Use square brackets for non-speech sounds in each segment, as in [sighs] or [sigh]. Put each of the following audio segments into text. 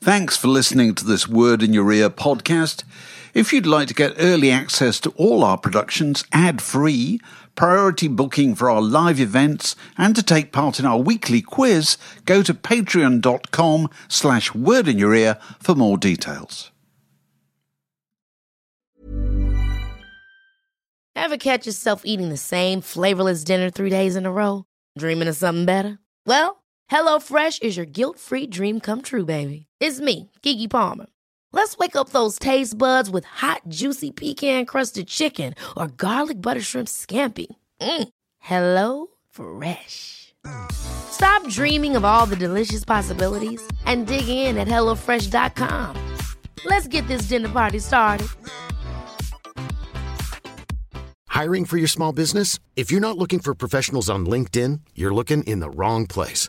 Thanks for listening to this Word in Your Ear podcast. If you'd like to get early access to all our productions ad free, priority booking for our live events, and to take part in our weekly quiz, go to patreon.com slash word in your ear for more details. Ever catch yourself eating the same flavorless dinner three days in a row? Dreaming of something better? Well, HelloFresh is your guilt free dream come true, baby. It's me, Gigi Palmer. Let's wake up those taste buds with hot, juicy pecan crusted chicken or garlic butter shrimp scampi. Mm. Hello Fresh. Stop dreaming of all the delicious possibilities and dig in at HelloFresh.com. Let's get this dinner party started. Hiring for your small business? If you're not looking for professionals on LinkedIn, you're looking in the wrong place.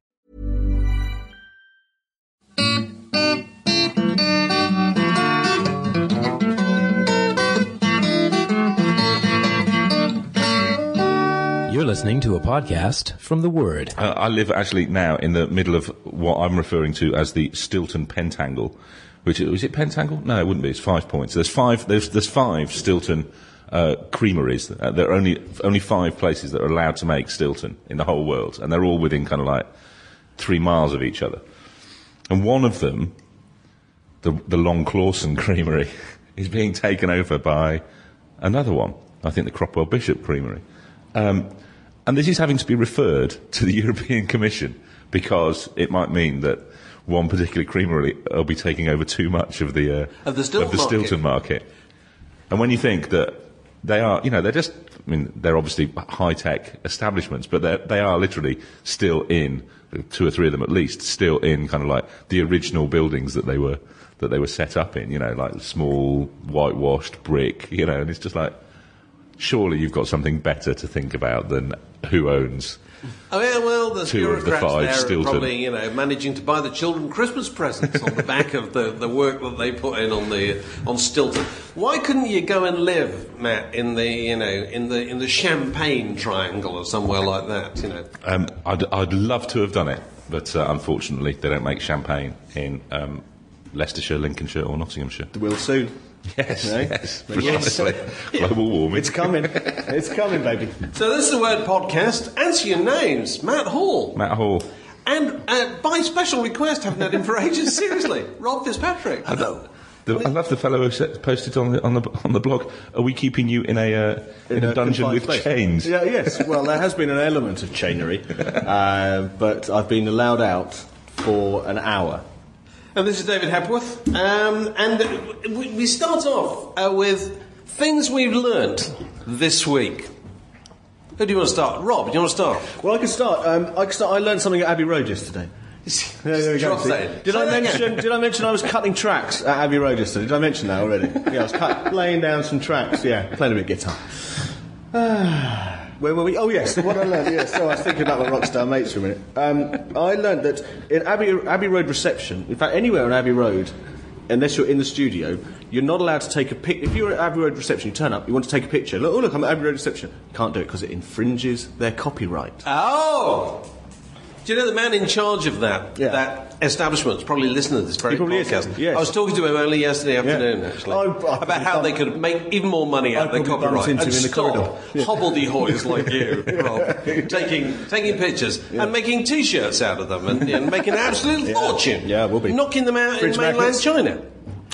You're listening to a podcast from The Word. Uh, I live actually now in the middle of what I'm referring to as the Stilton Pentangle, which is, is it Pentangle? No, it wouldn't be. It's five points. There's five. There's there's five Stilton uh, creameries. Uh, there are only only five places that are allowed to make Stilton in the whole world, and they're all within kind of like three miles of each other. And one of them, the the Long Clawson [laughs] Creamery, is being taken over by another one. I think the Cropwell Bishop Creamery. Um, and this is having to be referred to the [laughs] European Commission because it might mean that one particular creamery will be taking over too much of the, uh, Of the Stilton market. Stilton market. And when you think that they are, you know, they're just, I mean, they're obviously high tech establishments, but they're- they are literally still in, two or three of them at least, still in kind of like the original buildings that they were, that they were set up in, you know, like small, whitewashed brick, you know, and it's just like, surely you've got something better to think about than who owns. Oh yeah, well, the Two of the bureaucrats five there are still probably don't. you know managing to buy the children Christmas presents on the back of the, the work that they put in on the on Stilton. Why couldn't you go and live, Matt, in the you know in the in the Champagne Triangle or somewhere like that? You know, Um, I'd, I'd love to have done it, but uh, unfortunately, they don't make champagne in um, Leicestershire, Lincolnshire, or Nottinghamshire. Will soon. Yes, No? yes, Yes. precisely. Global warming. It's coming. it's coming, baby. so this is the Word Podcast. Answer your names, Matt Hall, Matt Hall. and uh, by special request, haven't had him for ages. Seriously, Rob Fitzpatrick. Hello. The, I love the fellow who set- posted on the, on the on the blog. Are we keeping you in a uh, in, a, dungeon confined with space. chains? Yeah, yes. Well, there has been an element of [laughs] chainery, uh, but I've been allowed out for an hour. And this is David Hepworth. Um, and w- we start off uh, with things we've learnt this week. Who do you want to start? Rob, do you want to start? Well, I could start. Um, I could start. I learned something at Abbey Road yesterday. Yeah, there we go. Drop See? that in. Did [laughs] Say I that again. mention? Did I mention I was cutting tracks at Abbey Road yesterday? Did I mention that already? Yeah, I was cut, [laughs] laying down some tracks. Yeah, playing a bit of guitar. [sighs] Where were we? Oh yes, what I learned. Yes, so I was thinking about my rockstar mates for a minute. Um, I learned that in Abbey, Abbey Road reception, in fact, anywhere on Abbey Road, unless you're in the studio, you're not allowed to take a pic. If you're at Abbey Road reception, you turn up, you want to take a picture. Look, oh look, I'm at Abbey Road reception. Can't do it because it infringes their copyright. Oh! Do you know the man in charge of that Yeah. that establishment? is probably listening to this very He probably is, podcast. yes. I was talking to him only yesterday afternoon, actually, I- I probably about how they bumped- could make even more money out I of their probably copyright bumped into and him in the stop corridor. Yeah. hobbledehoys like [laughs] you, Rob, taking taking pictures and making T-shirts out of them and, and making an absolute fortune. [laughs] Yeah, we'll be. knocking them out Fringe in mainland markets. China.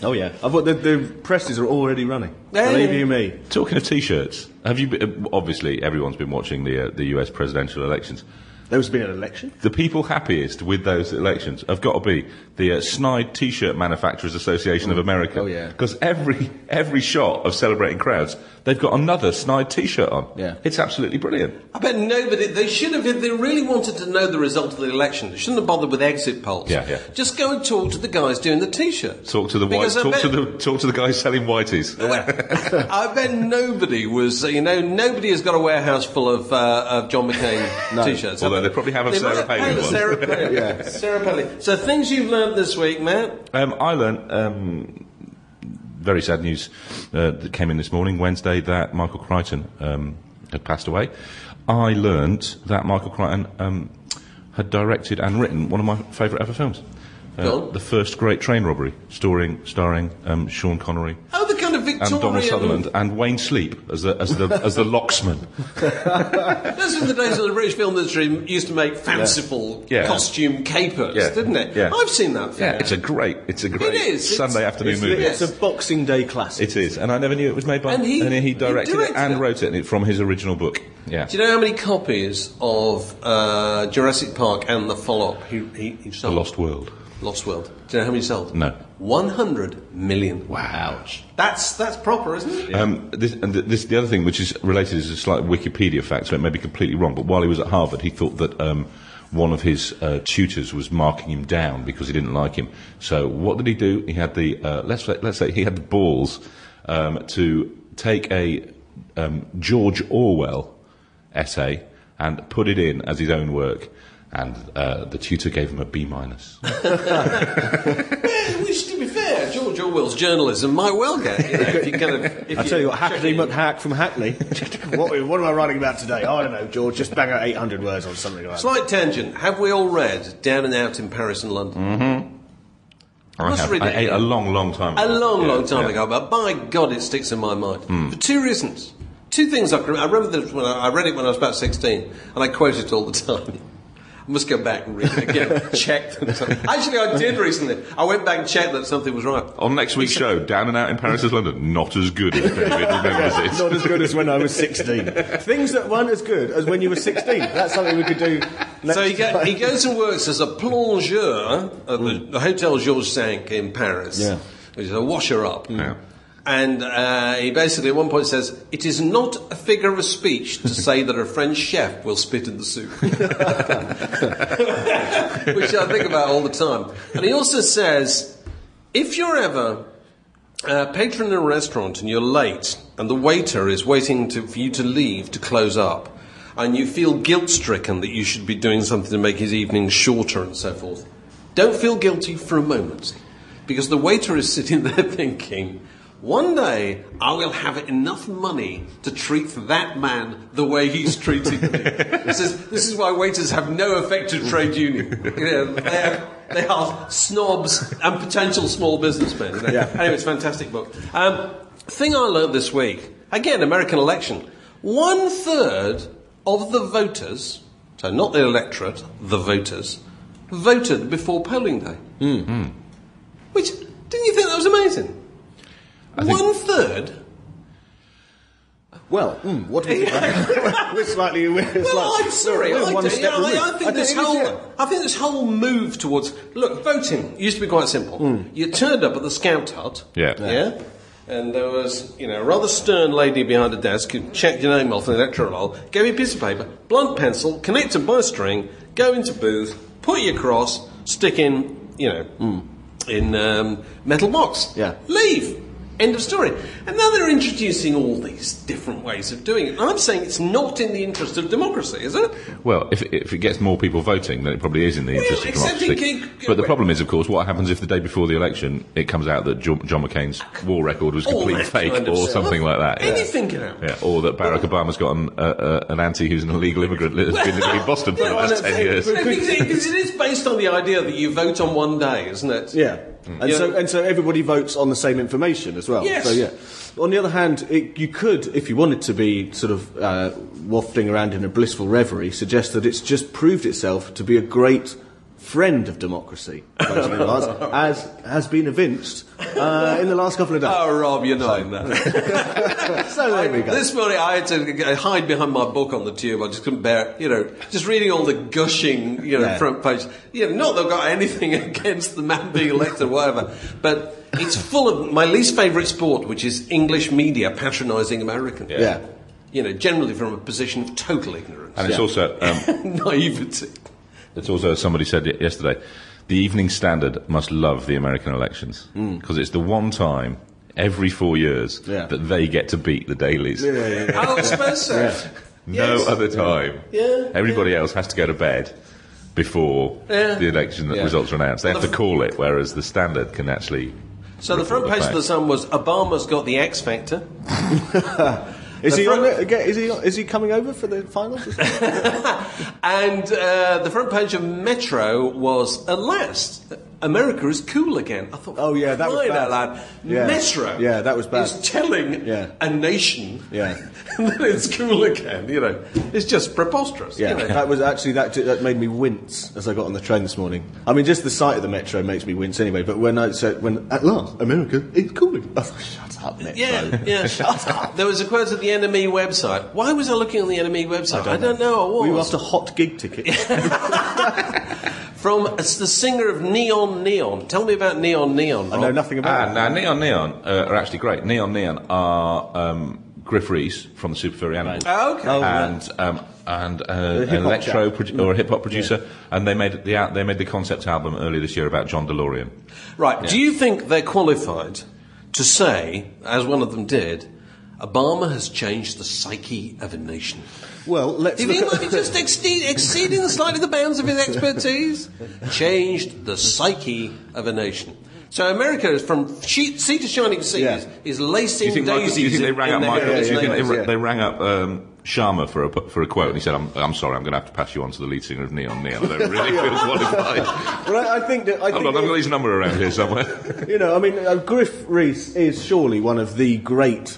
Oh yeah, I've got the, the presses are already running. Yeah, Believe yeah. you me. Talking of t-shirts, have you? Been, obviously, everyone's been watching the uh, the US presidential elections. There's been an election. The people happiest with those elections have got to be the uh, Snide T-shirt Manufacturers Association of America. oh, yeah. Because every every shot of celebrating crowds, they've got another Snide T-shirt on. Yeah. It's absolutely brilliant. I bet nobody. They should have. If they really wanted to know the result of the election, they shouldn't have bothered with exit polls. Yeah, yeah. Just go and talk to the guys doing the t-shirts. Talk to the white, Because I talk to bet- the talk to the guys selling whiteies. Well, I bet nobody was. uh, You know, nobody has got a warehouse full of, uh, of [laughs] John McCain t-shirts. Although have they probably have a They Sarah must have Palin had a one. [laughs] Sarah Palin. Sarah Palin. So things you've learned this week, Matt. Um, I learnt um, very sad news uh, that came in this morning, Wednesday, that Michael Crichton um, had passed away. I learnt that Michael Crichton um, had directed and written one of my favourite ever films. Uh, Film? The first great train robbery, starring, starring um, Sean Connery Oh, the kind of and Victorian. Donald Sutherland and Wayne Sleep as the, as the, as the [laughs] locksman. Those were the days when the British film industry used to make fanciful Yeah. costume capers, Yeah. didn't it? Yeah. I've seen that film. Yeah, it's a great, it's a great is, it's- Sunday afternoon It's, movie. it's a Boxing Day classic. It is, and I never knew it was made by. And he- he directed, directed it and it. wrote it, and it from his original book. Yeah. Do you know how many copies of uh, Jurassic Park and the follow-up he, he, he The sold? Lost World. Lost World. Do you know how many sold? No. 100 million. Wow. That's, that's proper, isn't it? Um, this, and th- this, the other thing which is related is a slight Wikipedia fact, so it may be completely wrong. But while he was at Harvard, he thought that um, one of his uh, tutors was marking him down because he didn't like him. So what did he do? He had the uh, let's say, let's say he had the balls um, to take a um, George Orwell essay and put it in as his own work, and uh, the tutor gave him a B minus. Which, to be fair, George Orwell's journalism might well get. You know, if you kind of, if [laughs] I tell you what, check Hackney it. McHack from [laughs] Hackney. what, what am I writing about today? I don't know, George. Just bang out 800 words on something like that. Slight tangent. Have we all read Down and Out in Paris and London? I Must have read I it ate a again. long, long time. A ago. long, Yeah, long time yeah. Hmm. ago, but by God, it sticks in my mind for two reasons. Two things I can remember. I remember this when I, I read it when I was about sixteen, and I quote it all the time. I must go back and read [laughs] it again, check that. Actually, I did recently. I went back and checked that something was right. On next week's show, Down and Out in Paris is London. Not as good as David remembers Not it. as good as when I was 16. Things that weren't as good as when you were 16. That's something we could do next So he, go, time. he goes and works as a plongeur at the, Hmm. the Hotel Georges Sank in Paris, Yeah. which is a washer up. Hmm. Yeah. And uh, he basically at one point says, It is not a figure of speech to say that a French chef will spit in the soup. [laughs] [laughs] Which I think about all the time. And he also says, If you're ever a patron in a restaurant and you're late and the waiter is waiting to, for you to leave to close up and you feel guilt stricken that you should be doing something to make his evening shorter and so forth, don't feel guilty for a moment because the waiter is sitting [laughs] there thinking, one day I will have enough money to treat that man the way he's [laughs] treated me. this, is, this is why waiters have no effective trade union. You know, they, have, they are snobs and potential small businessmen. you know. Anyway, it's a fantastic book. Um, thing I learned this week again, American election. One third of the voters, so not the electorate, the voters, voted before polling day. Hmm. Hmm. Which, didn't you think that was amazing? think- One third? Well, mm, what do [laughs] we think? we're slightly. We're Well, slight- I'm sorry. we're I, one do, step yeah, I- removed. I think this it is, whole, yeah. I think this whole move towards look voting used to be quite simple. Hmm. You turned up at the scout hut. Yeah. Yeah. Yeah. And there was, you know, a rather stern lady behind a desk who checked your name off an electoral roll, gave you a piece of paper, blunt pencil, connected by a string, go into booth, put your cross, stick in, you know, hmm, in um, metal box. Yeah. Leave. End of story. And now they're introducing all these different ways of doing it. And I'm saying it's not in the interest of democracy, is it? Well, if, if it gets more people voting, then it probably is in the interest of except democracy. it can- but the problem is, of course, what happens if the day before the election it comes out that John, John McCain's war record was All complete that fake kind of or stuff. something like that? yeah. Anything can happen. Yeah, or that Barack Obama's got an, uh, uh, an auntie who's an illegal immigrant that has been living in Boston for the [laughs] Yeah, last well, ten years. no, because it- because it is based on the idea that you vote on one day, isn't it? Yeah. And, Hmm. Yeah. So, and so everybody votes on the same information as well. Yes. So, yeah. On the other hand, it, you could, if you wanted to be sort of uh, wafting around in a blissful reverie, suggest that it's just proved itself to be a great friend of democracy, those [laughs] who are, as has been evinced uh, in the last couple of days. Oh, Rob, you're knowing that. [laughs] So there we go. This morning I had to g- hide behind my book on the tube. I just couldn't bear it. You know, just reading all the gushing, you know, Yeah. front page. You know, not that I've got anything [laughs] against the man being elected or whatever, but it's full of my least favourite sport, which is English media patronising Americans. Yeah. You know, generally from a position of total ignorance. And it's also um, [laughs] naivety. It's also, as somebody said it yesterday, the Evening Standard must love the American elections Hmm. because it's the one time every four years Yeah. that they get to beat the dailies. I suppose so. No Yes. other time. Yeah, Everybody else has to go to bed before Yeah. the election Yeah. results are announced. They have to call it, whereas the Standard can actually. So the front report page of the back. Sun was Obama's got the X Factor. Is The he front- on it again? Is he is he coming over for the [laughs] finals? And uh, the front page of Metro was, at last, America is cool again. I thought, Oh, yeah, that was crying out bad. loud. Yeah. Metro Yeah, that was bad. is telling Yeah. a nation Yeah. [laughs] that it's cool again, you know. It's just preposterous. yeah, you know. that was actually that, that made me wince as I got on the train this morning. I mean, just the sight of the metro makes me wince anyway. But when I so when at last America is calling, [laughs] I thought, shut up, metro. [laughs] Yeah, yeah. [laughs] shut up. There was a quote at the enemy website. Why was I looking at the enemy website? I don't, know. I was. We were [laughs] after hot gig tickets. From it's the singer of Neon Neon. Tell me about Neon Neon. I Rob. know nothing about Ah, it. now Neon Neon uh, are actually great. Neon Neon are um, Griff Reese from the Super Furry Animals. Oh, okay. Oh, right. and um, and uh, an hip-hop electro chap. produ- or a hip hop producer, and they made the out- they made the concept album earlier this year about John DeLorean. Right. Do you think they're qualified to say, as one of them did, Obama has changed the psyche of a nation? Well, let's Do you think look he at- might be [laughs] just exceed, exceeding slightly the bounds of his expertise? Changed the psyche of a nation. So America is from she- sea to shining seas Yeah. is Do lacing you think, Michael, daisies. do you think they in- rang in up their Michael? yeah, do you yeah, think they, yeah. ra- they rang up um, Sharma for a pu- for a quote, and he said, "I'm, I'm sorry, I'm going to have to pass you on to the lead singer of Neon Neon. I don't [laughs] really feel qualified." Well, I, I think that I Hold think on, I've it- got his number around here somewhere. You know, I mean, uh, Griff Rees is surely one of the great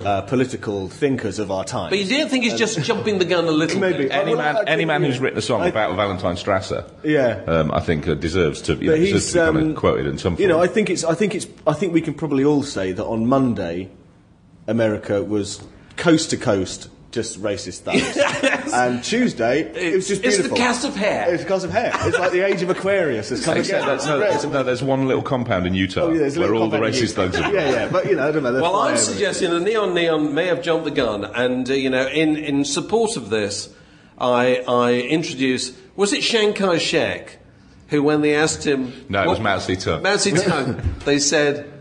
uh, political thinkers of our time. But you do think he's just jumping the gun a little Maybe. bit? any well, I man, think, any man yeah. who's written a song I- about Valentine Strasser, Yeah. um, I think uh, deserves to, you know, But deserves he's, to be kind um, of quoted in some. Form. you know, I think it's, I think it's, I think we can probably all say that on Monday, America was coast to coast just racist [laughs] thugs, and Tuesday it was just It's the beautiful. cast of hair. It's the cast of hair. It's like the age of Aquarius. It's kind of Except that's, no, It's- no, there's one little compound in Utah Oh, yeah, there's a where little all the compound racist thugs [laughs] Yeah, are. yeah, but you know, I don't know. they're Well, fine I'm over it. suggesting the Neon Neon may have jumped the gun, and uh, you know, in, in support of this, I I introduce was it Shankai Shek, who when they asked him, No, it was Mao Zedong. Mao [laughs] Zedong, they said.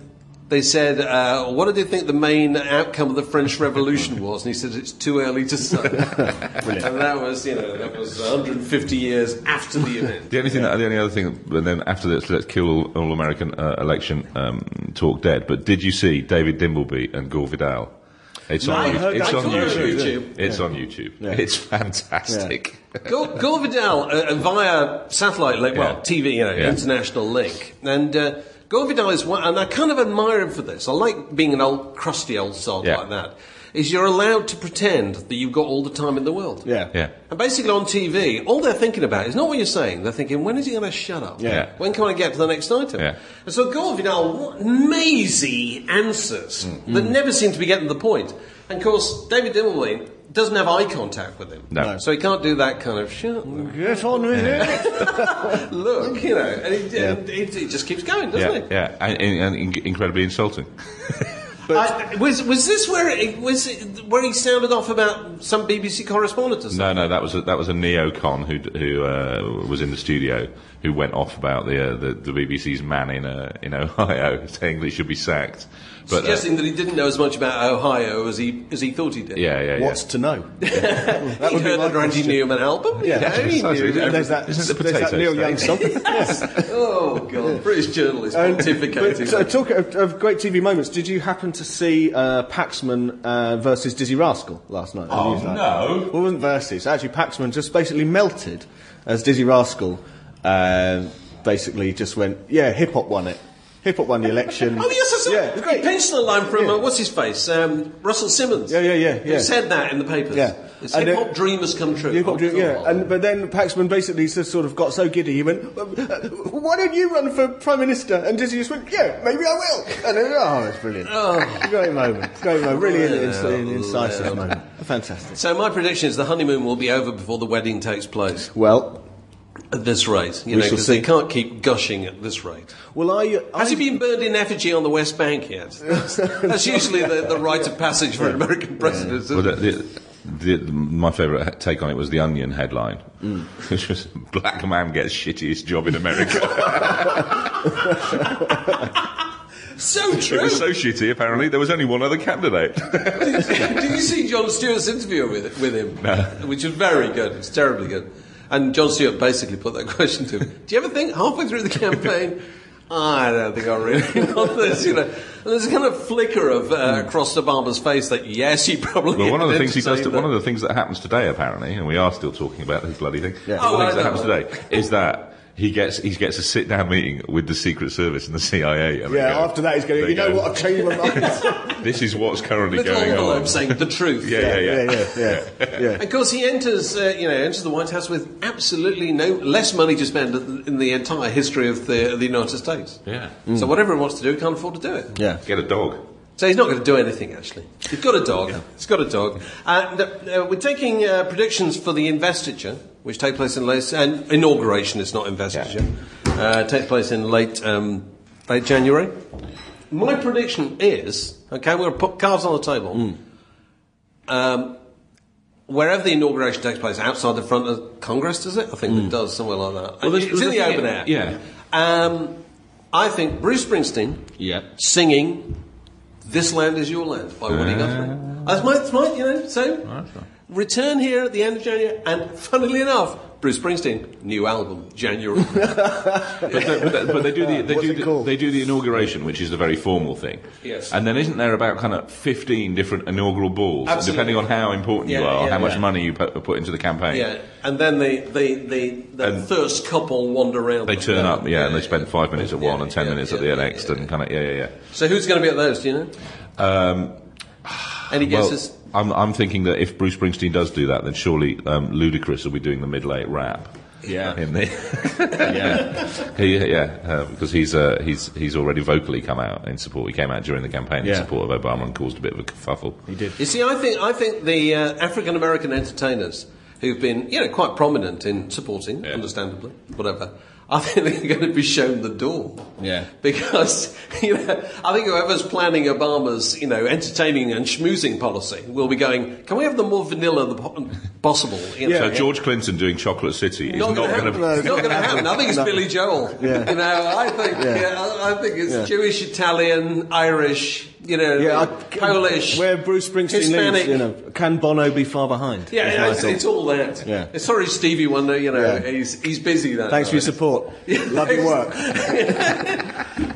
They said, uh, "What did you think the main outcome of the French Revolution was?" And he said, "It's too early [laughs] to say." and that was, you know, that was 150 years after the event. [laughs] The only thing, that, the only other thing, and then after this, let's kill all, all American uh, election um, talk dead. But did you see David Dimbleby and Gore Vidal? It's No, I on, heard YouTube. it's that. on I heard YouTube. YouTube. It's on YouTube. It's fantastic. Gore, Gore Vidal uh, uh, via satellite link, well, Yeah. TV, you know, Yeah. international link. And uh, Gore Vidal is one, and I kind of admire him for this. I like being an old, crusty old sod Yeah. like that. Is you're allowed to pretend that you've got all the time in the world. Yeah. [laughs] Yeah. And basically on TV, all they're thinking about is not what you're saying. They're thinking, when is he going to shut up? Yeah. When can I get to the next item? Yeah. And so Gore Vidal, what mazy answers Mm. that never seem to be getting to the point. And of course, David Dimbleby doesn't have eye contact with him. No. No. So he can't do that kind of shit. Get on with it. Look, you know, and it, and it, it just keeps going, doesn't Yeah, it? yeah, and, and, and in- incredibly insulting. I, was was this where it, was it, where he sounded off about some BBC correspondent or something? No, no, that was a, that was a neocon who d- who uh, was in the studio who went off about the uh, the, the BBC's man in uh, in Ohio [laughs] saying that he should be sacked. But uh, Suggesting that he didn't know as much about Ohio as he as he thought he did. yeah, yeah, yeah. [laughs] What's [laughs] to know? that would heard my the Randy question. Newman album. Yeah. you know, he Precisely. knew. Every- There's that, isn't it the there's that potato Neil state? Young song. [laughs] Yes. Oh god, British journalist pontificating. But, uh, talk of, of great TV moments. Did you happen to see uh, Paxman uh, versus Dizzy Rascal last night? Oh no. Well, it wasn't versus. Actually, Paxman just basically melted as Dizzy Rascal. Uh, basically, just went, yeah, hip hop won it. Hip hop won the election. Oh yes, I saw. Yeah, it's he great. pinched the line from Yeah. uh, what's his face, um, Russell Simmons. Yeah, yeah, yeah, Who yeah. said that in the papers? Yeah. It's And hip it- hop dream has come true. You've got Oh, to do- cool. yeah. And, but then Paxman basically just sort of got so giddy, he went, "Uh, uh, Why don't you run for Prime Minister? And Dizzy just went, Yeah, maybe I will. And then, oh, it's brilliant. Great moment. Great moment. Really Oh, in, in, in, incisive moment. Fantastic. So my prediction is the honeymoon will be over before the wedding takes place. Well, At this rate, you We know, shall 'cause they see. can't keep gushing at this rate. well, I. I Has he been burned in effigy on the West Bank [laughs] yet? That's usually the, the rite of passage for an American president. isn't Well, it? the, the, the, my favourite take on it was the Onion headline, [laughs] which was "Black man gets shittiest job in America." [laughs] So it true. was so shitty. Apparently, there was only one other candidate. [laughs] Did you see John Stewart's interview with, with him? Which was very good. It's terribly good. And John Stewart basically put that [laughs] question to him. Do you ever think halfway through the [laughs] campaign, "Ah, I don't think I really [laughs] want this, you know? And there's a kind of flicker of uh, across the barber's face that yes, he probably. Hmm. Well, one of the meant things to he does. say To, that. one of the things that happens today, apparently, and we are still talking about this bloody thing. Yeah. One of Oh, the things I that happens know. today is that he gets he gets a sit down meeting with the Secret Service and the CIA. and they yeah, go- after that, he's going, they You know go, what? I've changed [laughs] my mind. This is what's currently Little going envelope on. saying the truth. "Oh, [laughs] Yeah, yeah, yeah. yeah, yeah. yeah, yeah. And Of course, he enters, uh, you know, enters the White House with absolutely no less money to spend in the entire history of the, the United States. Yeah. Hmm. So whatever he wants to do, he can't afford to do it. Yeah. [laughs] Get a dog. So he's not going to do anything, actually. He's got a dog. He's got a dog. And uh, we're taking uh, predictions for the investiture, which take place in late... And inauguration, it's not investiture. Uh, takes place in late, um, late January. My prediction is... Okay, we're going to put cards on the table. Um, wherever the inauguration takes place, outside the front of Congress, does it? I think it does, somewhere like that. Hmm. Well, there's- it's in there's the a thing- open air. yeah. Um, I think Bruce Springsteen Yeah. singing "This Land Is Your Land" by Ah. Woody Guthrie. That's my, that's my, you know. So, return here at the end of January, and funnily enough, Bruce Springsteen new album January. [laughs] [laughs] But, they- but, they- but they do the they What's do it the, called? they do the inauguration, which is the very formal thing. Yes. And then isn't there about kind of fifteen different inaugural balls, Absolutely. depending on how important you Yeah, are, yeah, how much yeah. money you put, put into the campaign. yeah, and then the the the, the And first couple wander around. They the- turn up, yeah, and they spend five minutes at one Yeah, and ten yeah, minutes at yeah, the yeah, next, yeah. and kind of yeah, yeah, yeah. So who's going to be at those? Do you know? Um, Any well, guesses? I'm, I'm thinking that if Bruce Springsteen does do that, then surely um, Ludacris will be doing the middle eight rap. Yeah. In the [laughs] he, yeah, uh, because he's uh, he's he's already vocally come out in support. He came out during the campaign in Yeah. support of Obama and caused a bit of a kerfuffle. He did. You see, I think I think the uh, African American entertainers who've been, you know, quite prominent in supporting, Yeah. understandably, whatever. I think they're [laughs] going to be shown the door. Yeah. Because [laughs] you know, I think whoever's planning Obama's, you know, entertaining and schmoozing policy will be going. Can we have the more vanilla the po- possible? You So know? George Clinton doing Chocolate City is Not uh, not going to going happen. to. It's not going to happen. I [laughs] think it's Billy Joel. Yeah. You know, I think yeah. Yeah. I I think it's Yeah. Jewish, Italian, Irish. You know, Yeah, I- Polish. Where Bruce Springsteen Hispanic. lives, you know, can Bono be far behind? Yeah, Is yeah my it's, thought. it's all that. Yeah. It's Sorry, Stevie Wonder. You know, Yeah. he's he's busy. That Thanks for your night. [laughs] support. Love your work.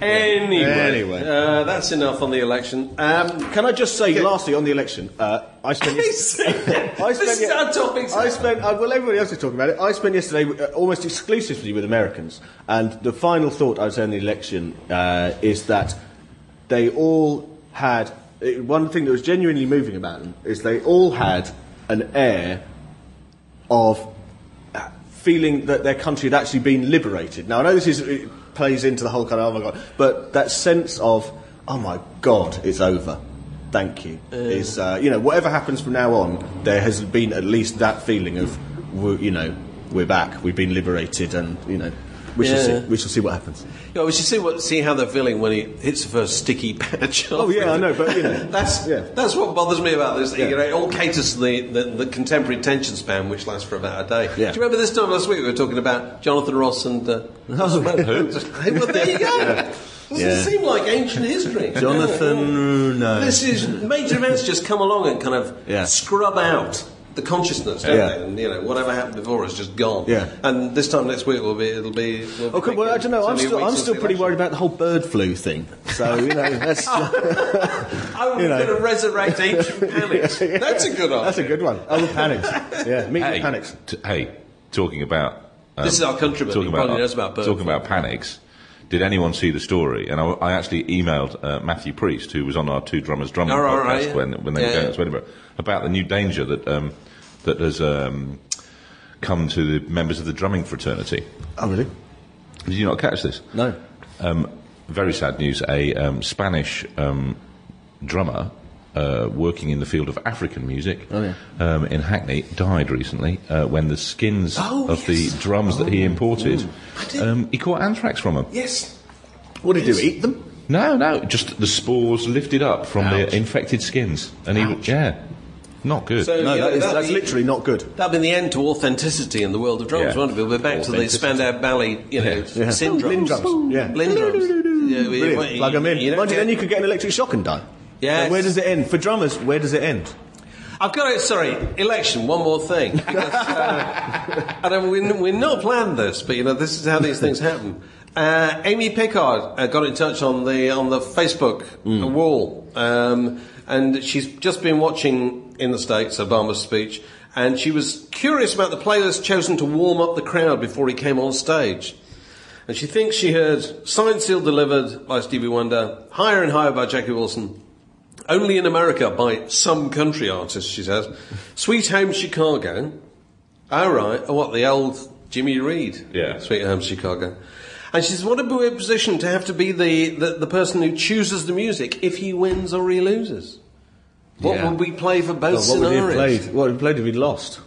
Anyway, Anyway. uh, that's enough on the election. Um, Can I just say, lastly, on the election, uh, I spent. [laughs] Please. [laughs] This is ye- our topic, sir. I spent. Uh, well, everybody else is talking about it. I spent yesterday uh, almost exclusively with Americans, and the final thought I would say on the election uh, is that they all had it, one thing that was genuinely moving about them is they all had an air of feeling that their country had actually been liberated. Now, I know this is, it plays into the whole kind of, oh my God, but that sense of, oh my God, it's over. Thank you. Is, uh, you know, whatever happens from now on, there has been at least that feeling of, we're, you know, we're back, we've been liberated, and, you know, we, shall, Yeah. see, we shall see what happens. yeah, we should see what see how they're feeling when he hits the first sticky [laughs] patch. Oh, yeah, I know, but, you know, [laughs] that's yeah. that's what bothers me about this. Yeah. You know, it all caters to the, the, the contemporary tension span, which lasts for about a day. Yeah. Do you remember this time last week we were talking about Jonathan Ross and [laughs] uh, who? [laughs] well, there you go. Doesn't Yeah. seem like ancient history. Jonathan, no. This is major events just come along and kind of Yeah. scrub out the consciousness, don't Yeah. they? And you know, whatever happened before is just gone. Yeah. And this time next week will be it'll be. We'll be Okay, well, oh, I thinking don't know. it's I'm only a still, week I'm since still the pretty worried election. about the whole bird flu thing. So, [laughs] you know, that's. Oh, we're you know. going to resurrect [laughs] ancient panics. That's a good idea. That's a good one. Oh, [laughs] the panics. Yeah, meet the panics. t- hey, talking about um, This is our countryman. Talking He about, probably knows about bird talking about panics. Did anyone see the story? And I, I actually emailed uh, Matthew Priest, who was on our Two Drummers Drumming Oh, right, podcast right, yeah. when when they Yeah, were going yeah. to Edinburgh, about the new danger that um, that has um, come to the members of the drumming fraternity. Oh, really? Did you not catch this? No. Um, very sad news. A um, Spanish um, drummer uh, working in the field of African music Oh, yeah. um, in Hackney died recently uh, when the skins Oh, of yes. the drums that Oh, he imported, um, he caught anthrax from them. Yes. What did you do? Eat them? No, no, just the spores lifted up from the infected skins. And he, yeah, not good. So, No, yeah, that is, that'd that's be- literally [laughs] not good. That'd been the end to authenticity in the world of drums, Yeah. wouldn't it? We're back to the Authenticity. Spandau Ballet, you know, Yeah. syndrome. Blind drums. Yeah. Blind drums. Yeah, we- Brilliant. we- Plug them in. don't Mind you, get- then you could get an electric shock and die. Yes. Now, where does it end? For drummers, where does it end? I've got it. Sorry, election. One more thing. Because, uh, I don't, we, we not planned this, but you know this is how these things happen. Uh, Amy Pickard uh, got in touch on the on the Facebook wall, um, and she's just been watching in the states Obama's speech, and she was curious about the playlist chosen to warm up the crowd before he came on stage. And she thinks she heard Signed, Sealed, Delivered by Stevie Wonder, Higher and Higher by Jackie Wilson, Only in America by some country artist, she says, Sweet Home Chicago, all right, oh, what, the old Jimmy Reed, Yeah. Sweet Home Chicago. And she says, what a weird position to have to be the, the, the person who chooses the music if he wins or he loses. What Yeah. would we play for both what would he have scenarios? played? What would he have played if he'd lost?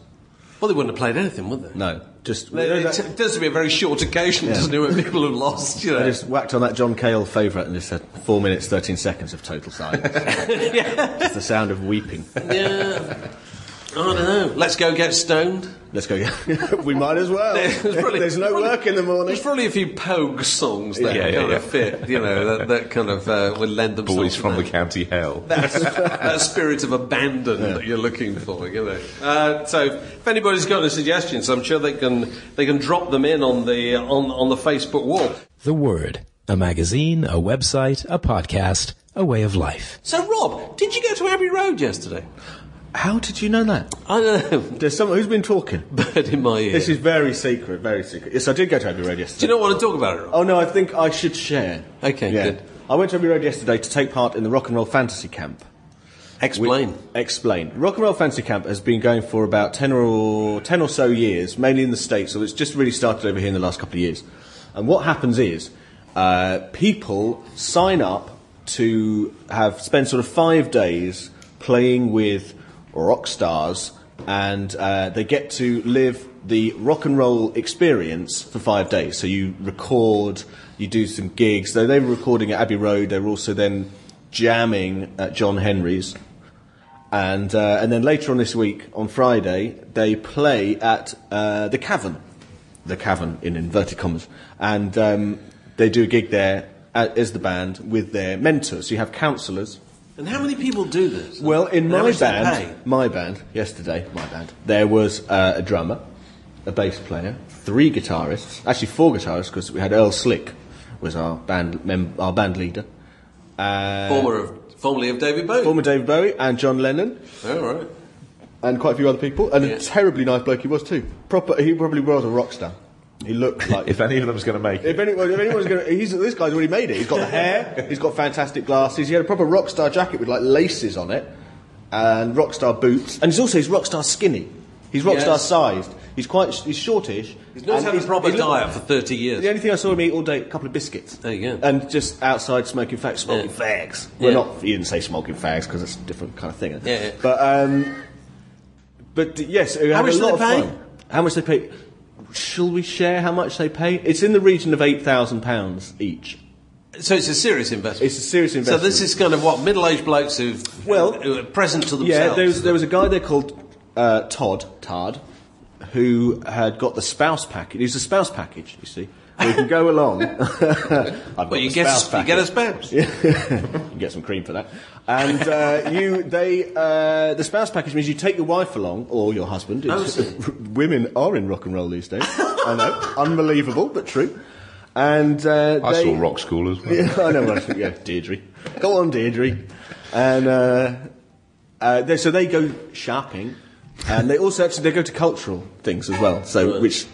Well, they wouldn't have played anything, would they? No. Just, It, it tends to be a very short occasion, doesn't it, when people have lost, you know. I just whacked on that John Cale favourite and just said, four minutes, 13 seconds of [laughs] total silence. It's the sound of weeping. Yeah. I don't know. Let's go get stoned. Let's go. again. [laughs] we might as well. There's probably- Oh. [laughs] There's no probably- work in the morning. There's probably a few Pogue songs that Yeah, yeah, kind yeah. of fit, you know, that, that kind of uh, would lend themselves Boys to from the that. county hell. [laughs] that, that spirit of abandon that you're looking for, you know. Uh, so, if anybody's got any suggestions, I'm sure they can they can drop them in on the on on the Facebook wall. The Word. A magazine, a website, a podcast, a way of life. So, Rob, did you go to Abbey Road yesterday? How did you know that? I don't know. [laughs] There's someone who's been talking. Bird in my ear. This is very secret, very secret. Yes, I did go to Abbey Road Do yesterday. you not want to talk about it, Rob? Oh no, I think I should share. Okay, Yeah. good. I went to Abbey Road yesterday to take part in the Rock and Roll Fantasy Camp. We- Explain. explain. Rock and Roll Fantasy Camp has been going for about ten or ten or so years, mainly in the states. So it's just really started over here in the last couple of years. And what happens is, uh, people sign up to have spend sort of five days playing with rock stars, and uh, they get to live the rock and roll experience for five days. So you record, you do some gigs. So they were recording at Abbey Road. They were also then jamming at John Henry's and uh, and then later on this week on Friday they play at uh, the Cavern, the Cavern in inverted commas, and um, they do a gig there uh, as the band with their mentors. So you have counsellors. And how many people do this? Well, in And how my much do they pay? band, my band yesterday, my band, there was uh, a drummer, a bass player, three guitarists, actually four guitarists because we had Earl Slick was our band mem- our band leader, Uh, former of, formerly of David Bowie. former David Bowie and John Lennon. All right. and quite a few other people, and Yeah. a terribly nice bloke he was too. Proper, he probably was a rock star. He [laughs] looked like. If any of them's going to make it. If anyone, if anyone's going to, he's, this guy's already made it. He's got the hair, he's got fantastic glasses, he had a proper rock star jacket with like laces on it, and rock star boots, and he's also, he's rock star skinny. He's rock star Yes. sized. He's quite, he's shortish. He's not and had a proper he looked- diet for 30 years. The only thing I saw him eat all day, a couple of biscuits. There you go. And just outside smoking fags, smoking fags. Well, Yeah. not, he didn't say smoking fags because it's a different kind of thing. Yeah, yeah. But, um, but yes, we How had much a do lot they of pay? fun. How much they pay? Shall we share how much they pay? It's in the region of eight thousand pounds each. So it's a serious investment. It's a serious investment. So this is kind of what middle-aged blokes who've Well- who are Uh, present to themselves. Yeah, there was, there was a guy there called uh, Todd Todd, who had got the spouse package. It was a spouse package, you see. We can [laughs] go along. [laughs] I've got Well, you the get spouse a, you get a package. spouse. you get some cream for that. And uh, you, they, uh, the spouse package means you take your wife along or your husband. Oh, It's- [laughs] women are in rock and roll these days. I [laughs] know, unbelievable but true. And uh, I they, saw rock school as well. yeah, I know. Well, yeah, Deirdre. Go on, Deirdre. And uh, uh, they, so they go shopping, and they also actually they go to cultural things as well. So which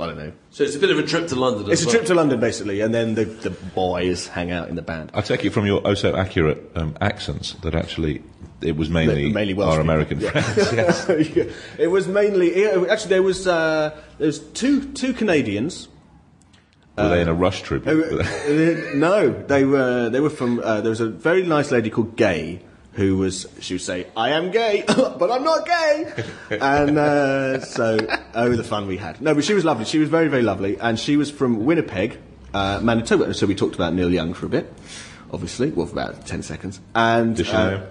I don't know. So it's a bit of a trip to London. as It's a well. trip to London basically, and then the, the boys hang out in the band. I take it from your oh so accurate um, accents that actually it was mainly, mainly our Welsh people, American yeah. [laughs] friends. yes. Yeah. It was mainly it- actually there was uh, there was two two Canadians. Were they in a rush [laughs] who- tribute? uh, no, they were they were from uh, there was a very nice lady called Gay who was she would say I am gay [laughs] but I'm not gay and uh, so oh the fun we had no but she was lovely she was very very lovely and she was from Winnipeg uh, Manitoba so we talked about Neil Young for a bit obviously well for about ten seconds and uh, Does she know him?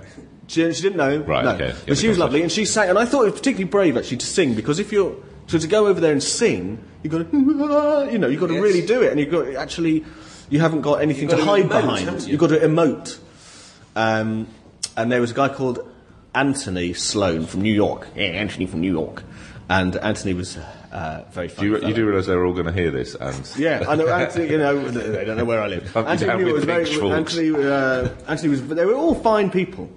she, she didn't know him Right, no. okay. Yeah, but she because- was lovely and she sang, and I thought it was particularly brave actually to sing because if you're so to go over there and sing, you got to, [laughs] you know, you got to Yes. really do it, and you've got to actually, you haven't got anything You've got to to hide emote, behind. haven't you? You've got to emote. Um, and there was a guy called Anthony Sloan from New York. Yeah, Anthony from New York, and Anthony was uh, [laughs] very do funny. you, fellow. you do realise they're all going to hear this? And Yeah, [laughs] I know Anthony. You know, they don't know where I live. Up and Anthony down Muir with was very. pitchforks. Anthony, uh, Anthony was. They were all fine people,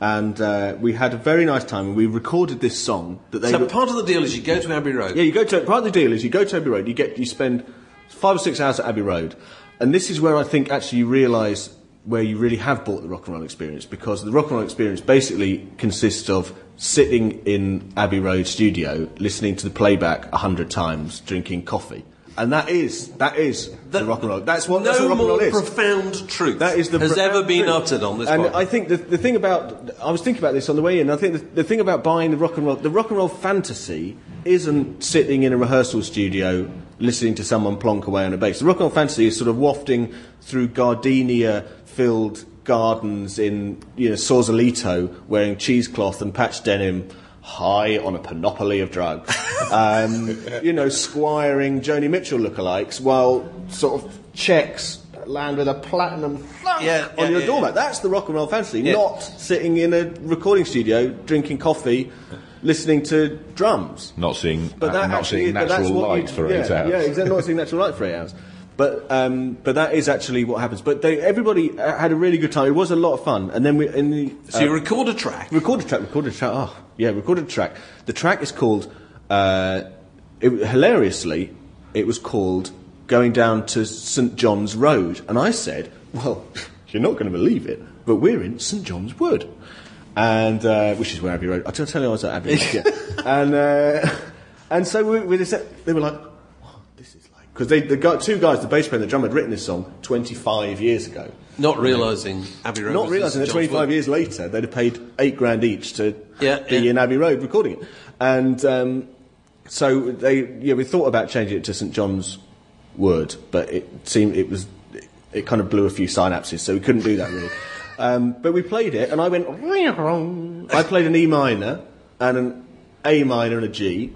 and uh, we had a very nice time. And we recorded this song that they. So were- part of the deal is you go to Abbey Road. yeah, you go to part of the deal is you go to Abbey Road. You get you spend five or six hours at Abbey Road, and this is where I think actually you realise where you really have bought the rock and roll experience because the rock and roll experience basically consists of sitting in Abbey Road studio, listening to the playback a hundred times, drinking coffee, and that is that is the, rock and roll. That's what no that's what rock and roll more is. profound truth That is the has profound ever been truth. uttered on this. And podcast. I think the, the thing about I was thinking about this on the way in. I think the, the thing about buying the rock and roll, the rock and roll fantasy, isn't sitting in a rehearsal studio listening to someone plonk away on a bass. The rock and roll fantasy is sort of wafting through gardenia-filled gardens in you know Sausalito, wearing cheesecloth and patch denim. High on a panoply of drugs, um, you know, squiring Joni Mitchell lookalikes while sort of checks land with a platinum thunk Yeah, yeah, on your yeah, doormat. yeah. That's the rock and roll fantasy, not sitting in a recording studio drinking coffee, listening to drums. not seeing, But that not actually, seeing but that's natural what light you, for yeah, eight hours. Yeah, exactly. Not seeing natural light for eight hours. But um, but that is actually what happens. But they, everybody uh, had a really good time. It was a lot of fun. And then we in the so you record a track. Recorded track, recorded track. Oh, yeah, recorded track. The track is called, uh, it, hilariously, it was called Going Down to St John's Road. And I said, well, [laughs] you're not going to believe it, but we're in St John's Wood. And, uh, which is where Abbey Road, I'll tell you I was at Abbey Road, yeah. And, uh, and so we, we just said, they were like, "Wow, this is like, because they, the guy, two guys, the bass player and the drummer, had written this song 25 years ago. Not realising Abbey Road. Not was realising that this 25 John's years later, they'd have paid eight grand each to Yeah, be yeah. in Abbey Road recording it. And um, so they, yeah, we thought about changing it to St John's Wood, but it seemed it was, it, it kind of blew a few synapses, so we couldn't do that really. um, but we played it, and I went, I played an E minor and an A minor and a G.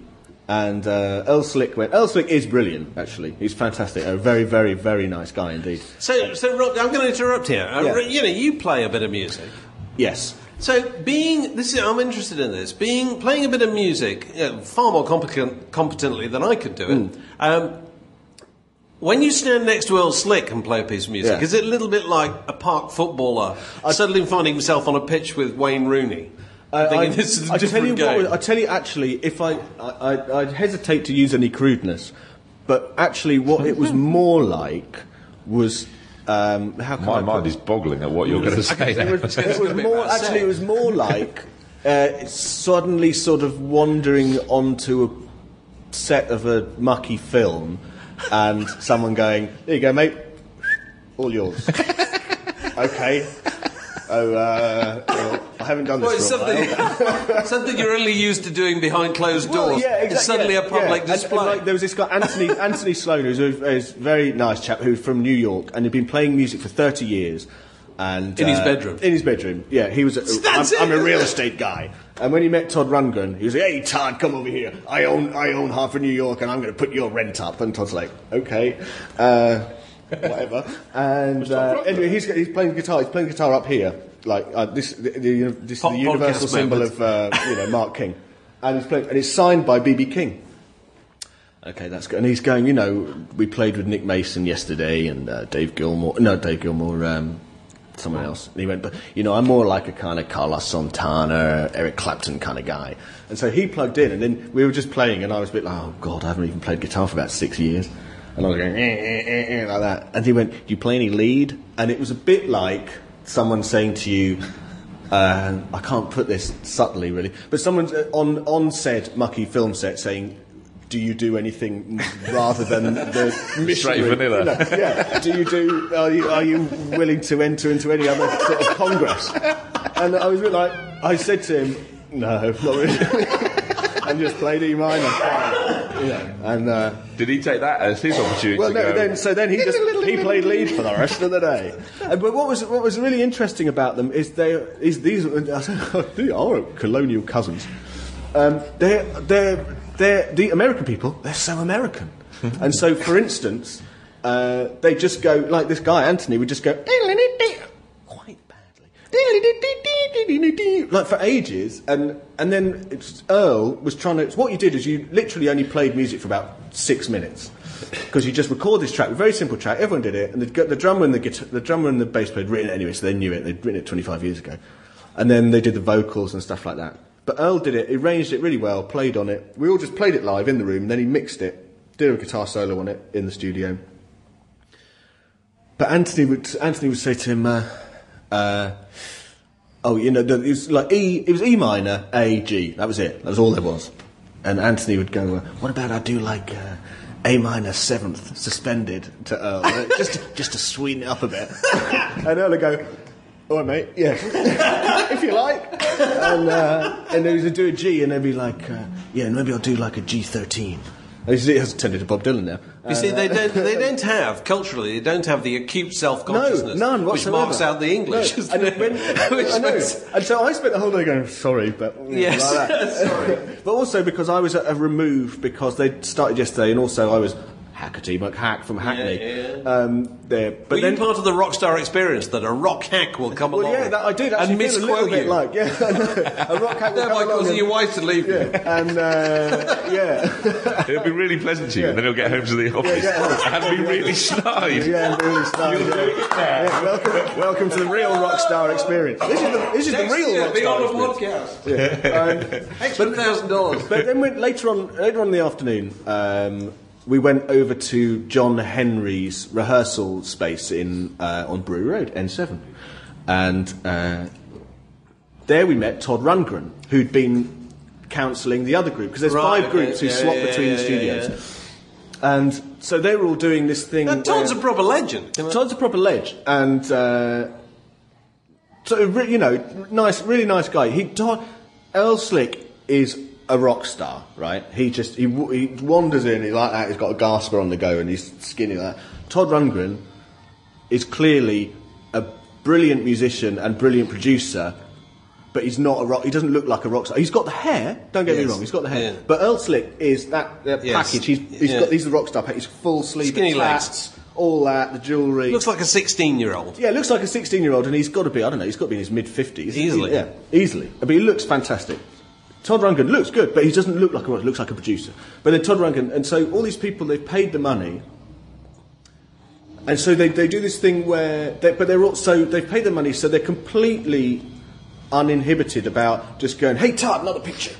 And uh, El Slick went. El Slick is brilliant, actually. He's fantastic. A very, very, very nice guy indeed. So, so Rob, I'm going to interrupt here. Uh, Yeah. You know, you play a bit of music. Yes. So, being this is, I'm interested in this. Being playing a bit of music you know, far more competent, competently than I could do it. Hmm. Um, when you stand next to Earl Slick and play a piece of music, Yeah. is it a little bit like a park footballer suddenly finding himself on a pitch with Wayne Rooney? thinking this is a tell you different what game. was- I tell you actually, if I, I, I, I hesitate to use any crudeness, but actually, what it [laughs] was more like was um, how can [laughs] My I put mind is boggling at what you're going to say. it there. was- it was gonna be more about actually it [laughs] was more like uh, suddenly sort of wandering onto a set of a mucky film and someone going there you go mate [laughs] all yours okay oh uh, well, I haven't done this Well, for it's a while. something, [laughs] something you're only used to doing behind closed doors. Well, yeah, It's exactly. suddenly yeah, a public yeah. And- display. And, like, there was this guy, [laughs] Anthony, Anthony Sloan, who's a, who's a very nice chap who's from New York and had been playing music for 30 years. And, uh, In his bedroom. In his bedroom, yeah. He was. A, [laughs] I'm, That's it, I'm a isn't real it? estate guy. And when he met Todd Rundgren, he was like, "Hey, Todd, come over here. I own, I own half of New York, and I'm going to put your rent up." And Todd's like, "Okay, uh, [laughs] whatever." And uh, anyway, he's, he's playing guitar. He's playing guitar up here, like uh, this. The, the, this Pop is the universal podcast symbol moment. of uh, you know Mark King, and it's, playing, and it's signed by BB King. Okay, that's good. And he's going, you know, we played with Nick Mason yesterday and uh, Dave Gilmore. No, Dave Gilmore, um, someone else. And he went, but, you know, I'm more like a kind of Carlos Santana, Eric Clapton kind of guy. And so he plugged in, and then we were just playing, and I was a bit like, oh, God, I haven't even played guitar for about six years. And I was going, eh, eh, eh, eh, like that. And he went, do you play any lead? And it was a bit like someone saying to you, uh, I can't put this subtly, really, but someone's uh, on on said mucky film set saying. Do you do anything rather than the [laughs] Straight missionary- vanilla. yeah. Do you do? Are you, are you willing to enter into any other sort of congress? And I was a bit like, I said to him, no, not really. [laughs] I'm just playing E minor. You know, and uh, Did he take that as his opportunity? well, to no, go, then so then he just he played lead for the rest of the day. Uh, but what was what was really interesting about them is they is these [laughs] they are colonial cousins. Um, they're they're they're the American people. They're [laughs] so American, and so for instance, uh, they just go like this guy Anthony would just go "Eh, quite badly. Like for ages, and and then it's, Earl was trying to. What you did is you literally only played music for about six minutes because you just record this track, very simple track. Everyone did it, and the, gu- the drummer and the guitar, the drummer and the bass player had written it anyway, so they knew it. They'd written it 25 years ago, and then they did the vocals and stuff like that. But Earl did it, arranged it really well, played on it. We all just played it live in the room, and then he mixed it, did a guitar solo on it in the studio. But Anthony would Anthony would say to him, uh, uh, "Oh, you know, the- it was like E. It was E minor, A, G. That was it. That was all there was." And Anthony would go, uh, "What about I do like uh, A minor seventh suspended to Earl, uh, [laughs] just to, just to sweeten it up a bit?" [laughs] and Earl would go. All right, mate. Yeah, [laughs] if you like. And, uh, and then he'd do a G, and they'd be like, uh, "Yeah, maybe I'll do like a G thirteen. He has turned into Bob Dylan now. You see, they uh, don't, they [laughs] don't have, culturally, they don't have the acute self consciousness. No, none Which whatsoever. marks out the English. No, doesn't and, it? when, [laughs] Which I know. makes- and so I spent the whole day going, sorry, but. Yes, like [laughs] that. sorry. [laughs] but also because I was at a remove because they started yesterday, and also I was Hackety McHack from Hackney. Um, there. But Were then. you part of the rock star experience that a rock hack will come well, along yeah, that, I did actually and feel a little misquote bit you, like, yeah, [laughs] I know. a rock thereby hack will come along causing and- your wife to leave you. Yeah, [laughs] and uh, [laughs] [laughs] yeah. It'll be really pleasant to you, and then he'll get home to the office get [laughs] home. and be really snide. Yeah, and really started. You're doing it now. Yeah, welcome, welcome to the real rock star experience. This is the, this is the Next real year, rock be star on a experience. podcast. [laughs] Yeah. Um, Extra thousand dollars. but then when, later on, later on in the afternoon, um, we went over to John Henry's rehearsal space in uh, on Brewery Road, N7, and uh, there we met Todd Rundgren, who'd been counselling the other group because there's Right, five okay. groups who Yeah, swap yeah, yeah, between the yeah, yeah, studios, and so they were all doing this thing. Now, Todd's a where- proper legend. Can I- Todd's a proper ledge, and uh, so re- you know, nice, really nice guy. He Todd Earl Slick is a rock star, right? He just he, w- he wanders in, he's like that. He's got a gasper on the go, and he's skinny like that. Todd Rundgren is clearly a brilliant musician and brilliant producer. But he's not a rock. He doesn't look like a rock star. He's got the hair. Don't get Yes. me wrong. He's got the hair. Yeah. But Earl Slick is that, that Yes. package. He's, he's Yeah. got. He's the rock star. package. He's full sleeve, Skinny legs. tats, all that, the jewellery. Looks like a 16 year old. Yeah, looks like a 16 year old, and he's got to be, I don't know, he's got to be in his mid 50s. Easily. Yeah, easily. But he looks fantastic. Todd Rundgren looks good, but he doesn't look like a rock, looks like a producer. But then Todd Rundgren, and so all these people, they've paid the money, and so they, they do this thing where, they, but they're also, they've paid the money, so they're completely uninhibited about just going, hey, Todd, another picture.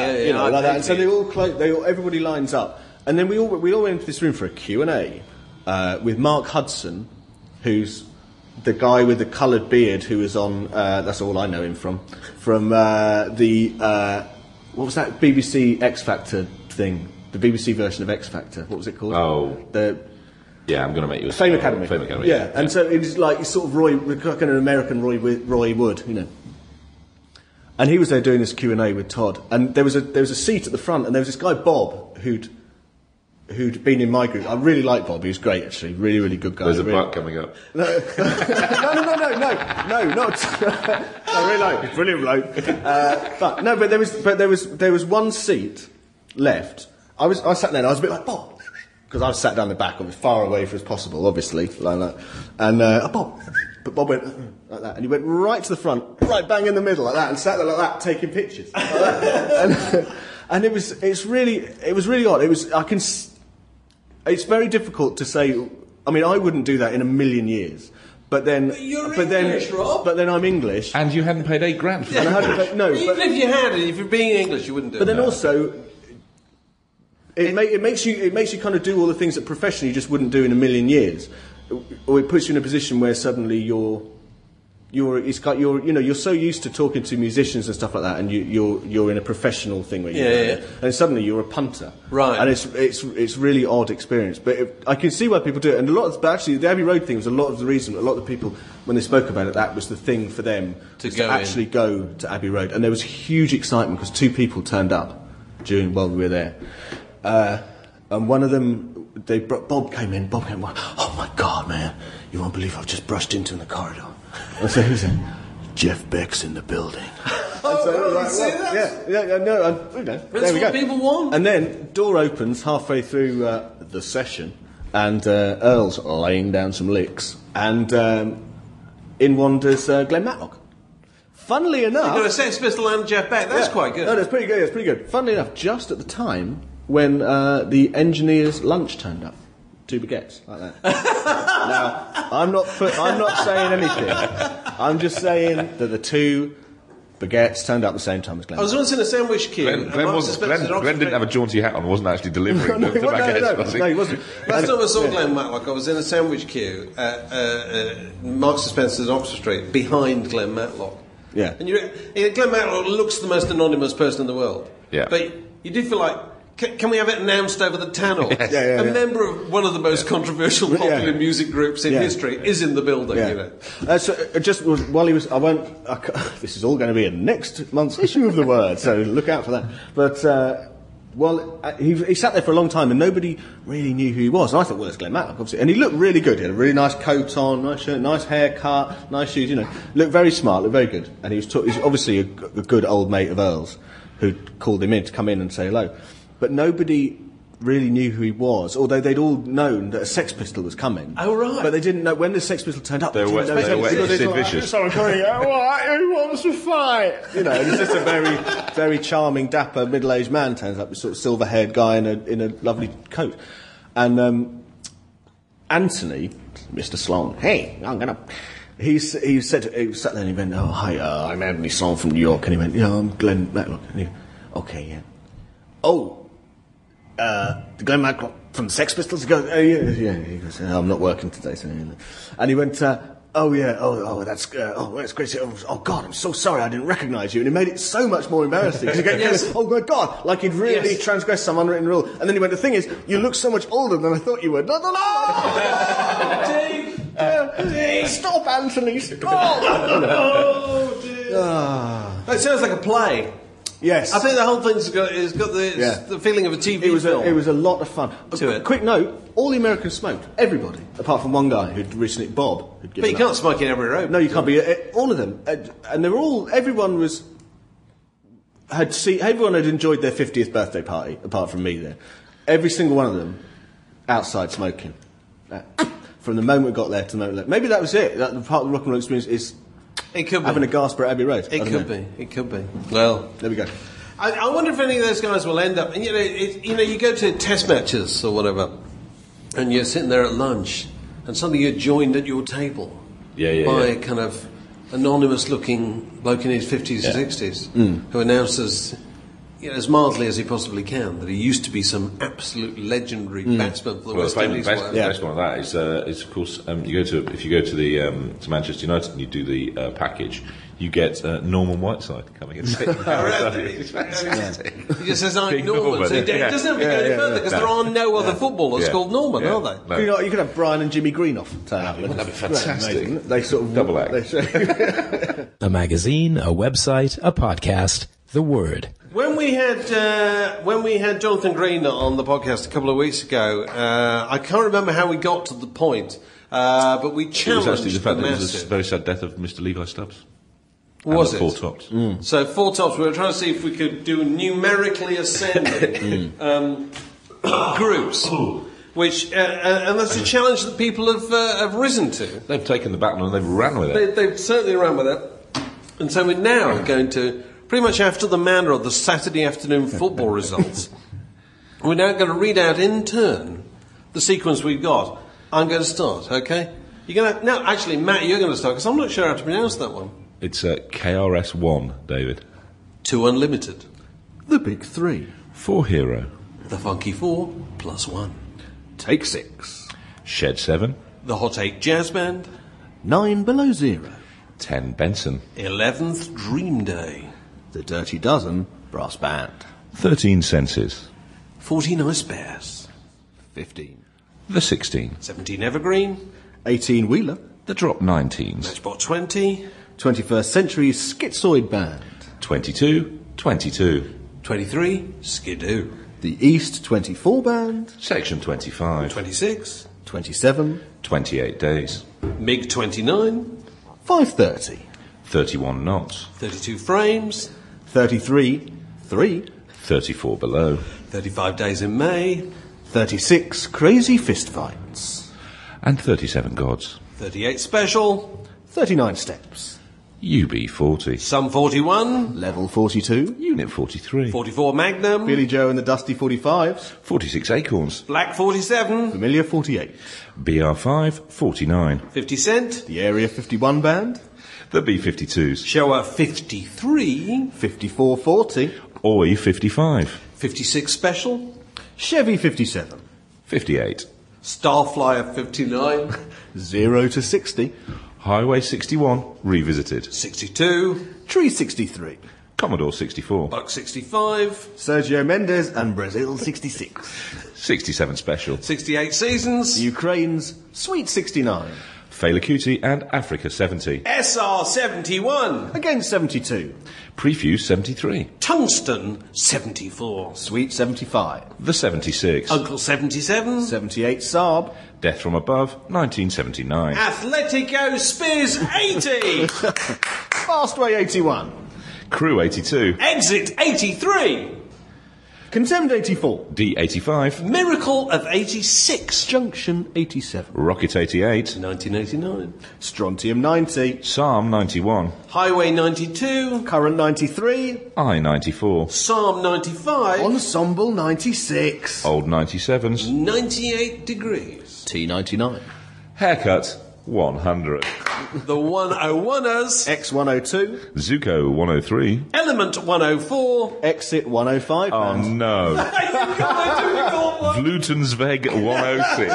Yeah, that, yeah, you know, I like that. hate And so it. they all, clo- they all, everybody lines up, and then we all we all went into this room for a Q and A uh, with Mark Hudson, who's the guy with the coloured beard who was on. Uh, that's all I know him from. From uh, the uh, what was that BBC X Factor thing? The BBC version of X Factor. What was it called? Oh. the Yeah, I'm going to make you a Fame Academy. Fame Academy. Yeah, and so it's like it's sort of Roy, like an American Roy, Wi- Roy Wood, you know. And he was there doing this Q and A with Todd, and there was a there was a seat at the front, and there was this guy Bob who'd who'd been in my group. I really like Bob; he was great, actually, really really good guy. There's a really- butt coming up. [laughs] no, no, no, no, no, no, not. [laughs] I really like it. brilliant bloke. Uh, but no, but there was, but there was, there was one seat left. I was, I sat there, and I was a bit like Bob, [laughs] because I was sat down the back, I was far away as possible, obviously, like that. And uh, "Oh, Bob, but Bob went "Mm," like that, and he went right to the front, right bang in the middle, like that, and sat there like that, taking pictures. like that. [laughs] and, and it was, it's really, it was really odd. It was, I can. s- it's very difficult to say. I mean, I wouldn't do that in a million years. But then, but, you're then, English, Rob. but then I'm English. And you hadn't paid eight grand for And I that. had, but no, Even but, if you had, if you're being English, you wouldn't do but then that. also, it, ma- it makes you it makes you kind of do all the things that professionally you just wouldn't do in a million years, or it puts you in a position where suddenly you're you're it's got you're you know you're so used to talking to musicians and stuff like that, and you, you're you're in a professional thing where you Yeah, know yeah, it. yeah. and suddenly you're a punter, Right. And it's it's it's really odd experience, but it, I can see why people do it. And a lot of but actually the Abbey Road thing was a lot of the reason. A lot of people when they spoke about it, that was the thing for them To was go in. actually go to Abbey Road, and there was huge excitement because two people turned up during while we were there, uh, and one of them they br- Bob came in. Bob came, oh my god, man, you won't believe I've just brushed into in the corridor. I said, who's that? Jeff Beck's in the [laughs] building. Oh, well, you see that? yeah, yeah, no, I, you know, That's there we what go. people want. And then door opens halfway through uh, the session, and uh, Earl's laying down some licks, and um, in wanders uh, Glenn Matlock. Funnily enough, You've got a Sex Pistol and Jeff Beck. That's yeah. quite good. No, that's pretty good. It's pretty good. Funnily enough, just at the time when uh, the engineer's lunch turned up, two baguettes like [laughs] that. now, I'm not. Put, I'm not saying anything. I'm just saying that the two baguettes turned up at the same time as Glenn. I was once in a sandwich queue. Glenn, and Glenn, Mark wasn't, Spencer Glenn, said, Glenn didn't have a jaunty hat on, wasn't [laughs] actually delivering No, the, he the wasn't, no, baguettes, no, was he? no, he wasn't. Last No, time I saw yeah. Glenn Matlock, I was in a sandwich queue at uh, uh, Marks and Spencer's in Oxford Street, behind Glenn Matlock. Yeah. And you, yeah, Glenn Matlock looks the most anonymous person in the world. Yeah. But you do feel like, can, can we have it announced over the tunnel? Yeah, yeah, a yeah. member of one of the most controversial Yeah. popular music groups in Yeah. history is in the building, you know. Uh, so uh, just was- while he was, I won't. I ca- [laughs] this is all going to be in next month's issue of the Word, so look out for that. But uh, well, uh, he, he sat there for a long time, and nobody really knew who he was. And I thought, well, it's Glenn Matlock, obviously, and he looked really good. He had a really nice coat on, nice shirt, nice haircut, nice shoes. You know, looked very smart, looked very good. And he was, ta- he's obviously a, g- a good old mate of Earl's, who called him in to come in and say hello. But nobody really knew who he was, although they'd all known that a Sex Pistol was coming. Oh, right. But they didn't know when the Sex Pistol turned up. They were- Didn't know they Sex were Pistol. Sid They thought, Vicious. "Someone coming out, what? Who wants to fight?" You know, and it's just a very, very charming, dapper middle-aged man turns up, this sort of silver-haired guy in a in a lovely coat, and um, Anthony, Mr. Sloan. Hey, I'm gonna. He's, he said he sat there and he went, "Oh hi, uh, I'm Anthony Sloan from New York," and he went, "Yeah, I'm Glenn Matlock." And he, okay, yeah. Oh, uh, Glenn Matlock from the Sex Pistols. He goes, oh, yeah, yeah. He goes, "Oh, I'm not working today. So, and he went, uh, oh yeah, oh, oh that's, uh, oh that's great. Oh, oh God, I'm so sorry, I didn't recognise you. And it made it so much [laughs] more embarrassing. 'Cause he goes, Yes. Oh my God, like he'd really Yes. transgressed some unwritten rule. And then he went, the thing is, you look so much older than I thought you would. [laughs] No, no, [laughs] no. Dave! [laughs] Stop, Anthony, stop. [laughs] [laughs] Ah, Oh, dear. That sounds like a play. yes. I think the whole thing's got, it's got the, it's Yeah. the feeling of a TV It was a, film. it was a lot of fun. A To qu- it. Quick note: all the Americans smoked. Everybody, apart from one guy who'd recently Bob. Who'd but given you can't up. smoke in every road. No, you can't be. uh, All of them, Uh, and they were all. Everyone was. Had see everyone had enjoyed their fiftieth birthday party, apart from me. There, every single one of them, outside smoking, Uh, [coughs] from the moment we got there to the moment. we left. Maybe that was it. That the part of the rock and roll experience is It could be. having a gasp at Abbey Road. I It don't could know. be. It could be. Well, There we go. I, I wonder if any of those guys will end up. And you know, it, you know, you go to test matches or whatever, and you're sitting there at lunch, and suddenly you're joined at your table Yeah, yeah, by yeah. a kind of anonymous-looking bloke in his fifties and sixties who announces. You know, as mildly as he possibly can, that he used to be some absolute legendary batsman for the Well, the West famous, Indies. best, whatever. the best one of that is, uh, is of course, um, you go to if you go to the um, to Manchester United and you do the uh, package, you get uh, Norman Whiteside coming [laughs] in. [laughs] Oh, He just says, i Big Norman. Norman, So he d- he yeah. doesn't have to go Yeah, any yeah, further yeah. because there are no other footballers Yeah. called Norman, Yeah. are they? No. You, know, you could have Brian and Jimmy Greenoff turn up. Wouldn't that Uh, be fantastic? They sort of Double act. they- [laughs] A magazine, a website, a podcast, the word. When we had uh, when we had Jonathan Green on the podcast a couple of weeks ago, uh, I can't remember how we got to the point, uh, but we It was challenged actually the fact that it was a massive. very sad death of Mr. Levi Stubbs. And Was the it? Mm. Four tops. So four tops. We were trying to see if we could do numerically [laughs] ascending Mm. um, [coughs] [coughs] groups, which uh, uh, and that's a challenge that people have uh, have risen to. They've taken the battle and they've ran with it. They, they've certainly run with it. And so we're now going to, pretty much after the manner of the Saturday afternoon [laughs] football results, we're now going to read out in turn the sequence we've got. I'm going to start, okay? You're going to, no, actually, Matt, you're going to start, because I'm not sure how to pronounce that one. It's uh, KRS-One, David. Two Unlimited. the big three. Four Hero. The Funky Four, plus one. Take six. Shed Seven. The Hot Eight Jazz Band. Nine below zero. Ten Benson. 11th Dream Day. The Dirty Dozen Brass Band. Thirteen Senses. 14 Ice Bears. 15. The Sixteen. 17 Evergreen. 18 Wheeler. The Drop Nineteens. Matchbox 20. 21st Century Schizoid Band. Twenty-two. Twenty-two. 23 Skidoo. The East 24 Band. Section twenty-five. 26 27. Twenty-eight Days. MiG 29. 530. Thirty-one Knots. 32 Frames. 33. 3. Thirty-four Below. 35 Days in May. 36 Crazy Fistfights. And thirty-seven Gods. 38 Special. 39 Steps. UB40. Sum 41. Level 42. Unit 43. 44 Magnum. Billy Joe and the Dusty 45s. 46 Acorns. Black 47. Familiar 48. BR5 49. 50 Cent. The Area 51 Band. The B52s. Showa 53. 5440. OI 55. 56 Special. Chevy 57. 58. Starflyer 59. 0 to 60. Highway 61 revisited. 62. Tree 63. Commodore 64. Buck 65. Sergio Mendes and Brazil 66. 67 Special. 68 Seasons. The Ukraine's Sweet 69. Fela Kuti and Africa 70. SR 71. Again 72. Prefuse 73. Tungsten 74. Sweet 75. The 76. Uncle 77. 78 Saab. Death from Above 1979. Atletico Spears 80. Fastway 81. Crew 82. Exit 83. Contemned 84. D85. Miracle of 86. Junction 87. Rocket 88. 1989. Strontium 90. Psalm 91. Highway 92. Current 93. I 94. Psalm 95. Ensemble 96. Old 97s. 98 degrees. T99. Haircut 100. The Eh- 101ers. X102. Zuko 103. Element [laughs] 104. Exit 105. Oh band. no. Hey, you've got a [laughs] difficult one. Vlutensweg 106.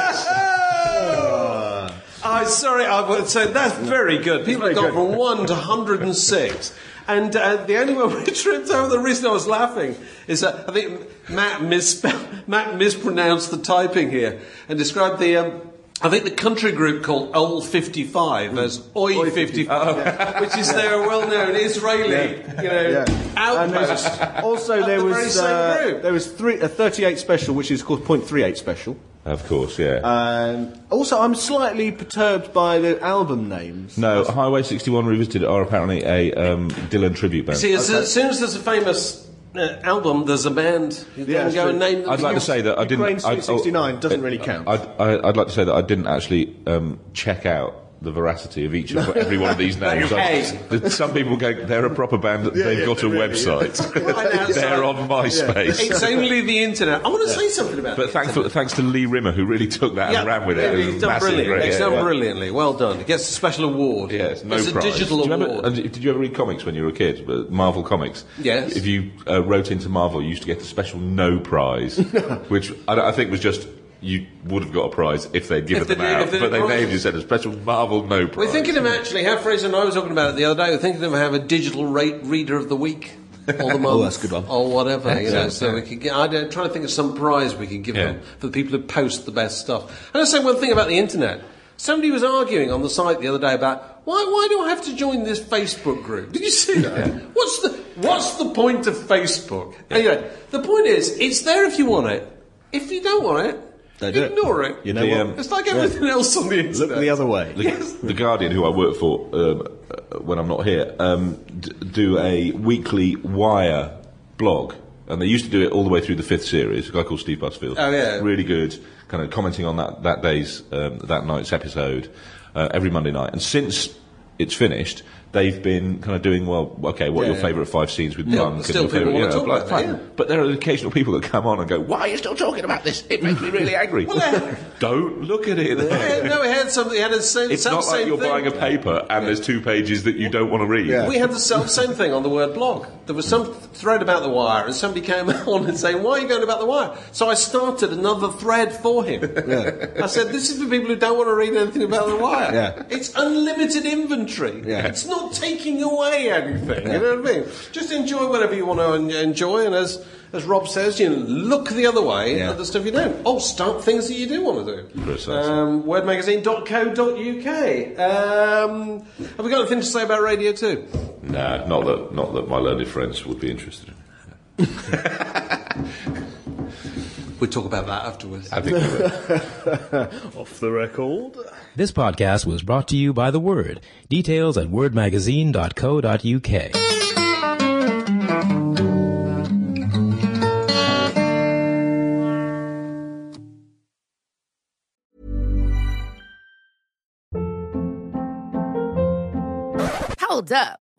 I'm sorry, Oh! I would say that's very good. People have gone from 1 to 106. And uh, the only one we [laughs] tripped over, the reason I was laughing, is that I think Matt, misspelled, Matt mispronounced the typing here and described the, um, I think the country group called Ol 55 as Oi 55, [laughs] which is their well-known Israeli, you know, And [laughs] outpost. there's- also, of there the was very same uh, group. there was three, a 38 special, which is of course 0.38 special. of course, yeah. Uh, Um, also, I'm slightly perturbed by the album names. no, Highway 61 Revisited are apparently a um, Dylan tribute band. See, as, as soon as there's a famous uh, album, there's a band. You Yeah, can go sure. and name them. I'd like to say that I didn't. Ukraine I'd- oh, 69 doesn't really count. I'd, I, I'd like to say that I didn't actually um, check out the veracity of [laughs] each of every one of these names. I- some people go, they're a proper band. They've got a [laughs] Right website. [laughs] outside. they're on MySpace. It's only the internet. I want to say something [laughs] about But that. thanks, thanks to Lee Rimmer, who really took that and ran with it. it. he's was done massive, brilliantly. great, he's yeah, done yeah. brilliantly. Well done. He gets a special award. Yes, no It's a prize. digital Do you remember- award. and did you ever read comics when you were a kid? Uh, Marvel comics. Yes. If you uh, wrote into Marvel, you used to get a special no [laughs] prize, which I, I think was just you would have got a prize if they'd given If they them did- out, if they but they did- named you said a special Marvel no prize. we're thinking of actually, how Fraser and I were talking about it the other day, we're thinking of have a digital rate reader of the week. [laughs] Or the month, Oh, that's a good one. Or whatever, you know. Excellent, So yeah. we could get. I'm trying to think of some prize we could give Yeah. them for the people who post the best stuff. And I say one thing about the internet. Somebody was arguing on the site the other day about why why do I have to join this Facebook group? Did you see that? What's the what's the point of Facebook? Anyway, the point is it's there if you want it. If you don't want it, Don't do it. ignore it. You know The, what? um, It's like everything else on the internet. Look the other way. The, the Guardian, who I work for um, uh, when I'm not here, um, d- do a weekly Wire blog. And they used to do it all the way through the fifth series. A guy called Steve Busfield. Oh, yeah. Really good, kind of commenting on that, that day's, um, that night's episode uh, every Monday night. And since it's finished, they've been kind of doing well. Okay, what are your yeah. favourite five scenes with Yeah, Bunk? and still your people favourite, wanna you know, talk blah, about that, blah. yeah. But there are the occasional people that come on and go, "Why are you still talking about this? It makes me really angry." [laughs] Don't look at it. Yeah, no, he had something. He had a same, It's self not like same you're thing. buying a paper and there's two pages that you don't want to read. Yeah. We had the self same thing on the word blog. There was some thread about the wire, and somebody came [laughs] on and saying, "Why are you going about the wire?" So I started another thread for him. I said, "This is for people who don't want to read anything about the wire. Yeah. It's unlimited inventory. Yeah. It's not taking away anything. You know what I mean? Just enjoy whatever you want to en- enjoy, and as as Rob says, you know, look the other way Yeah. at the stuff you don't. Oh, start things that you do want to do. Precisely. Um, wordmagazine.co.uk. Um, have we got anything to say about radio too? Nah, not that, not that my learned friends would be interested in. We talk about that afterwards. I think Off the record. This podcast was brought to you by The Word. Details at wordmagazine.co.uk. Hold up.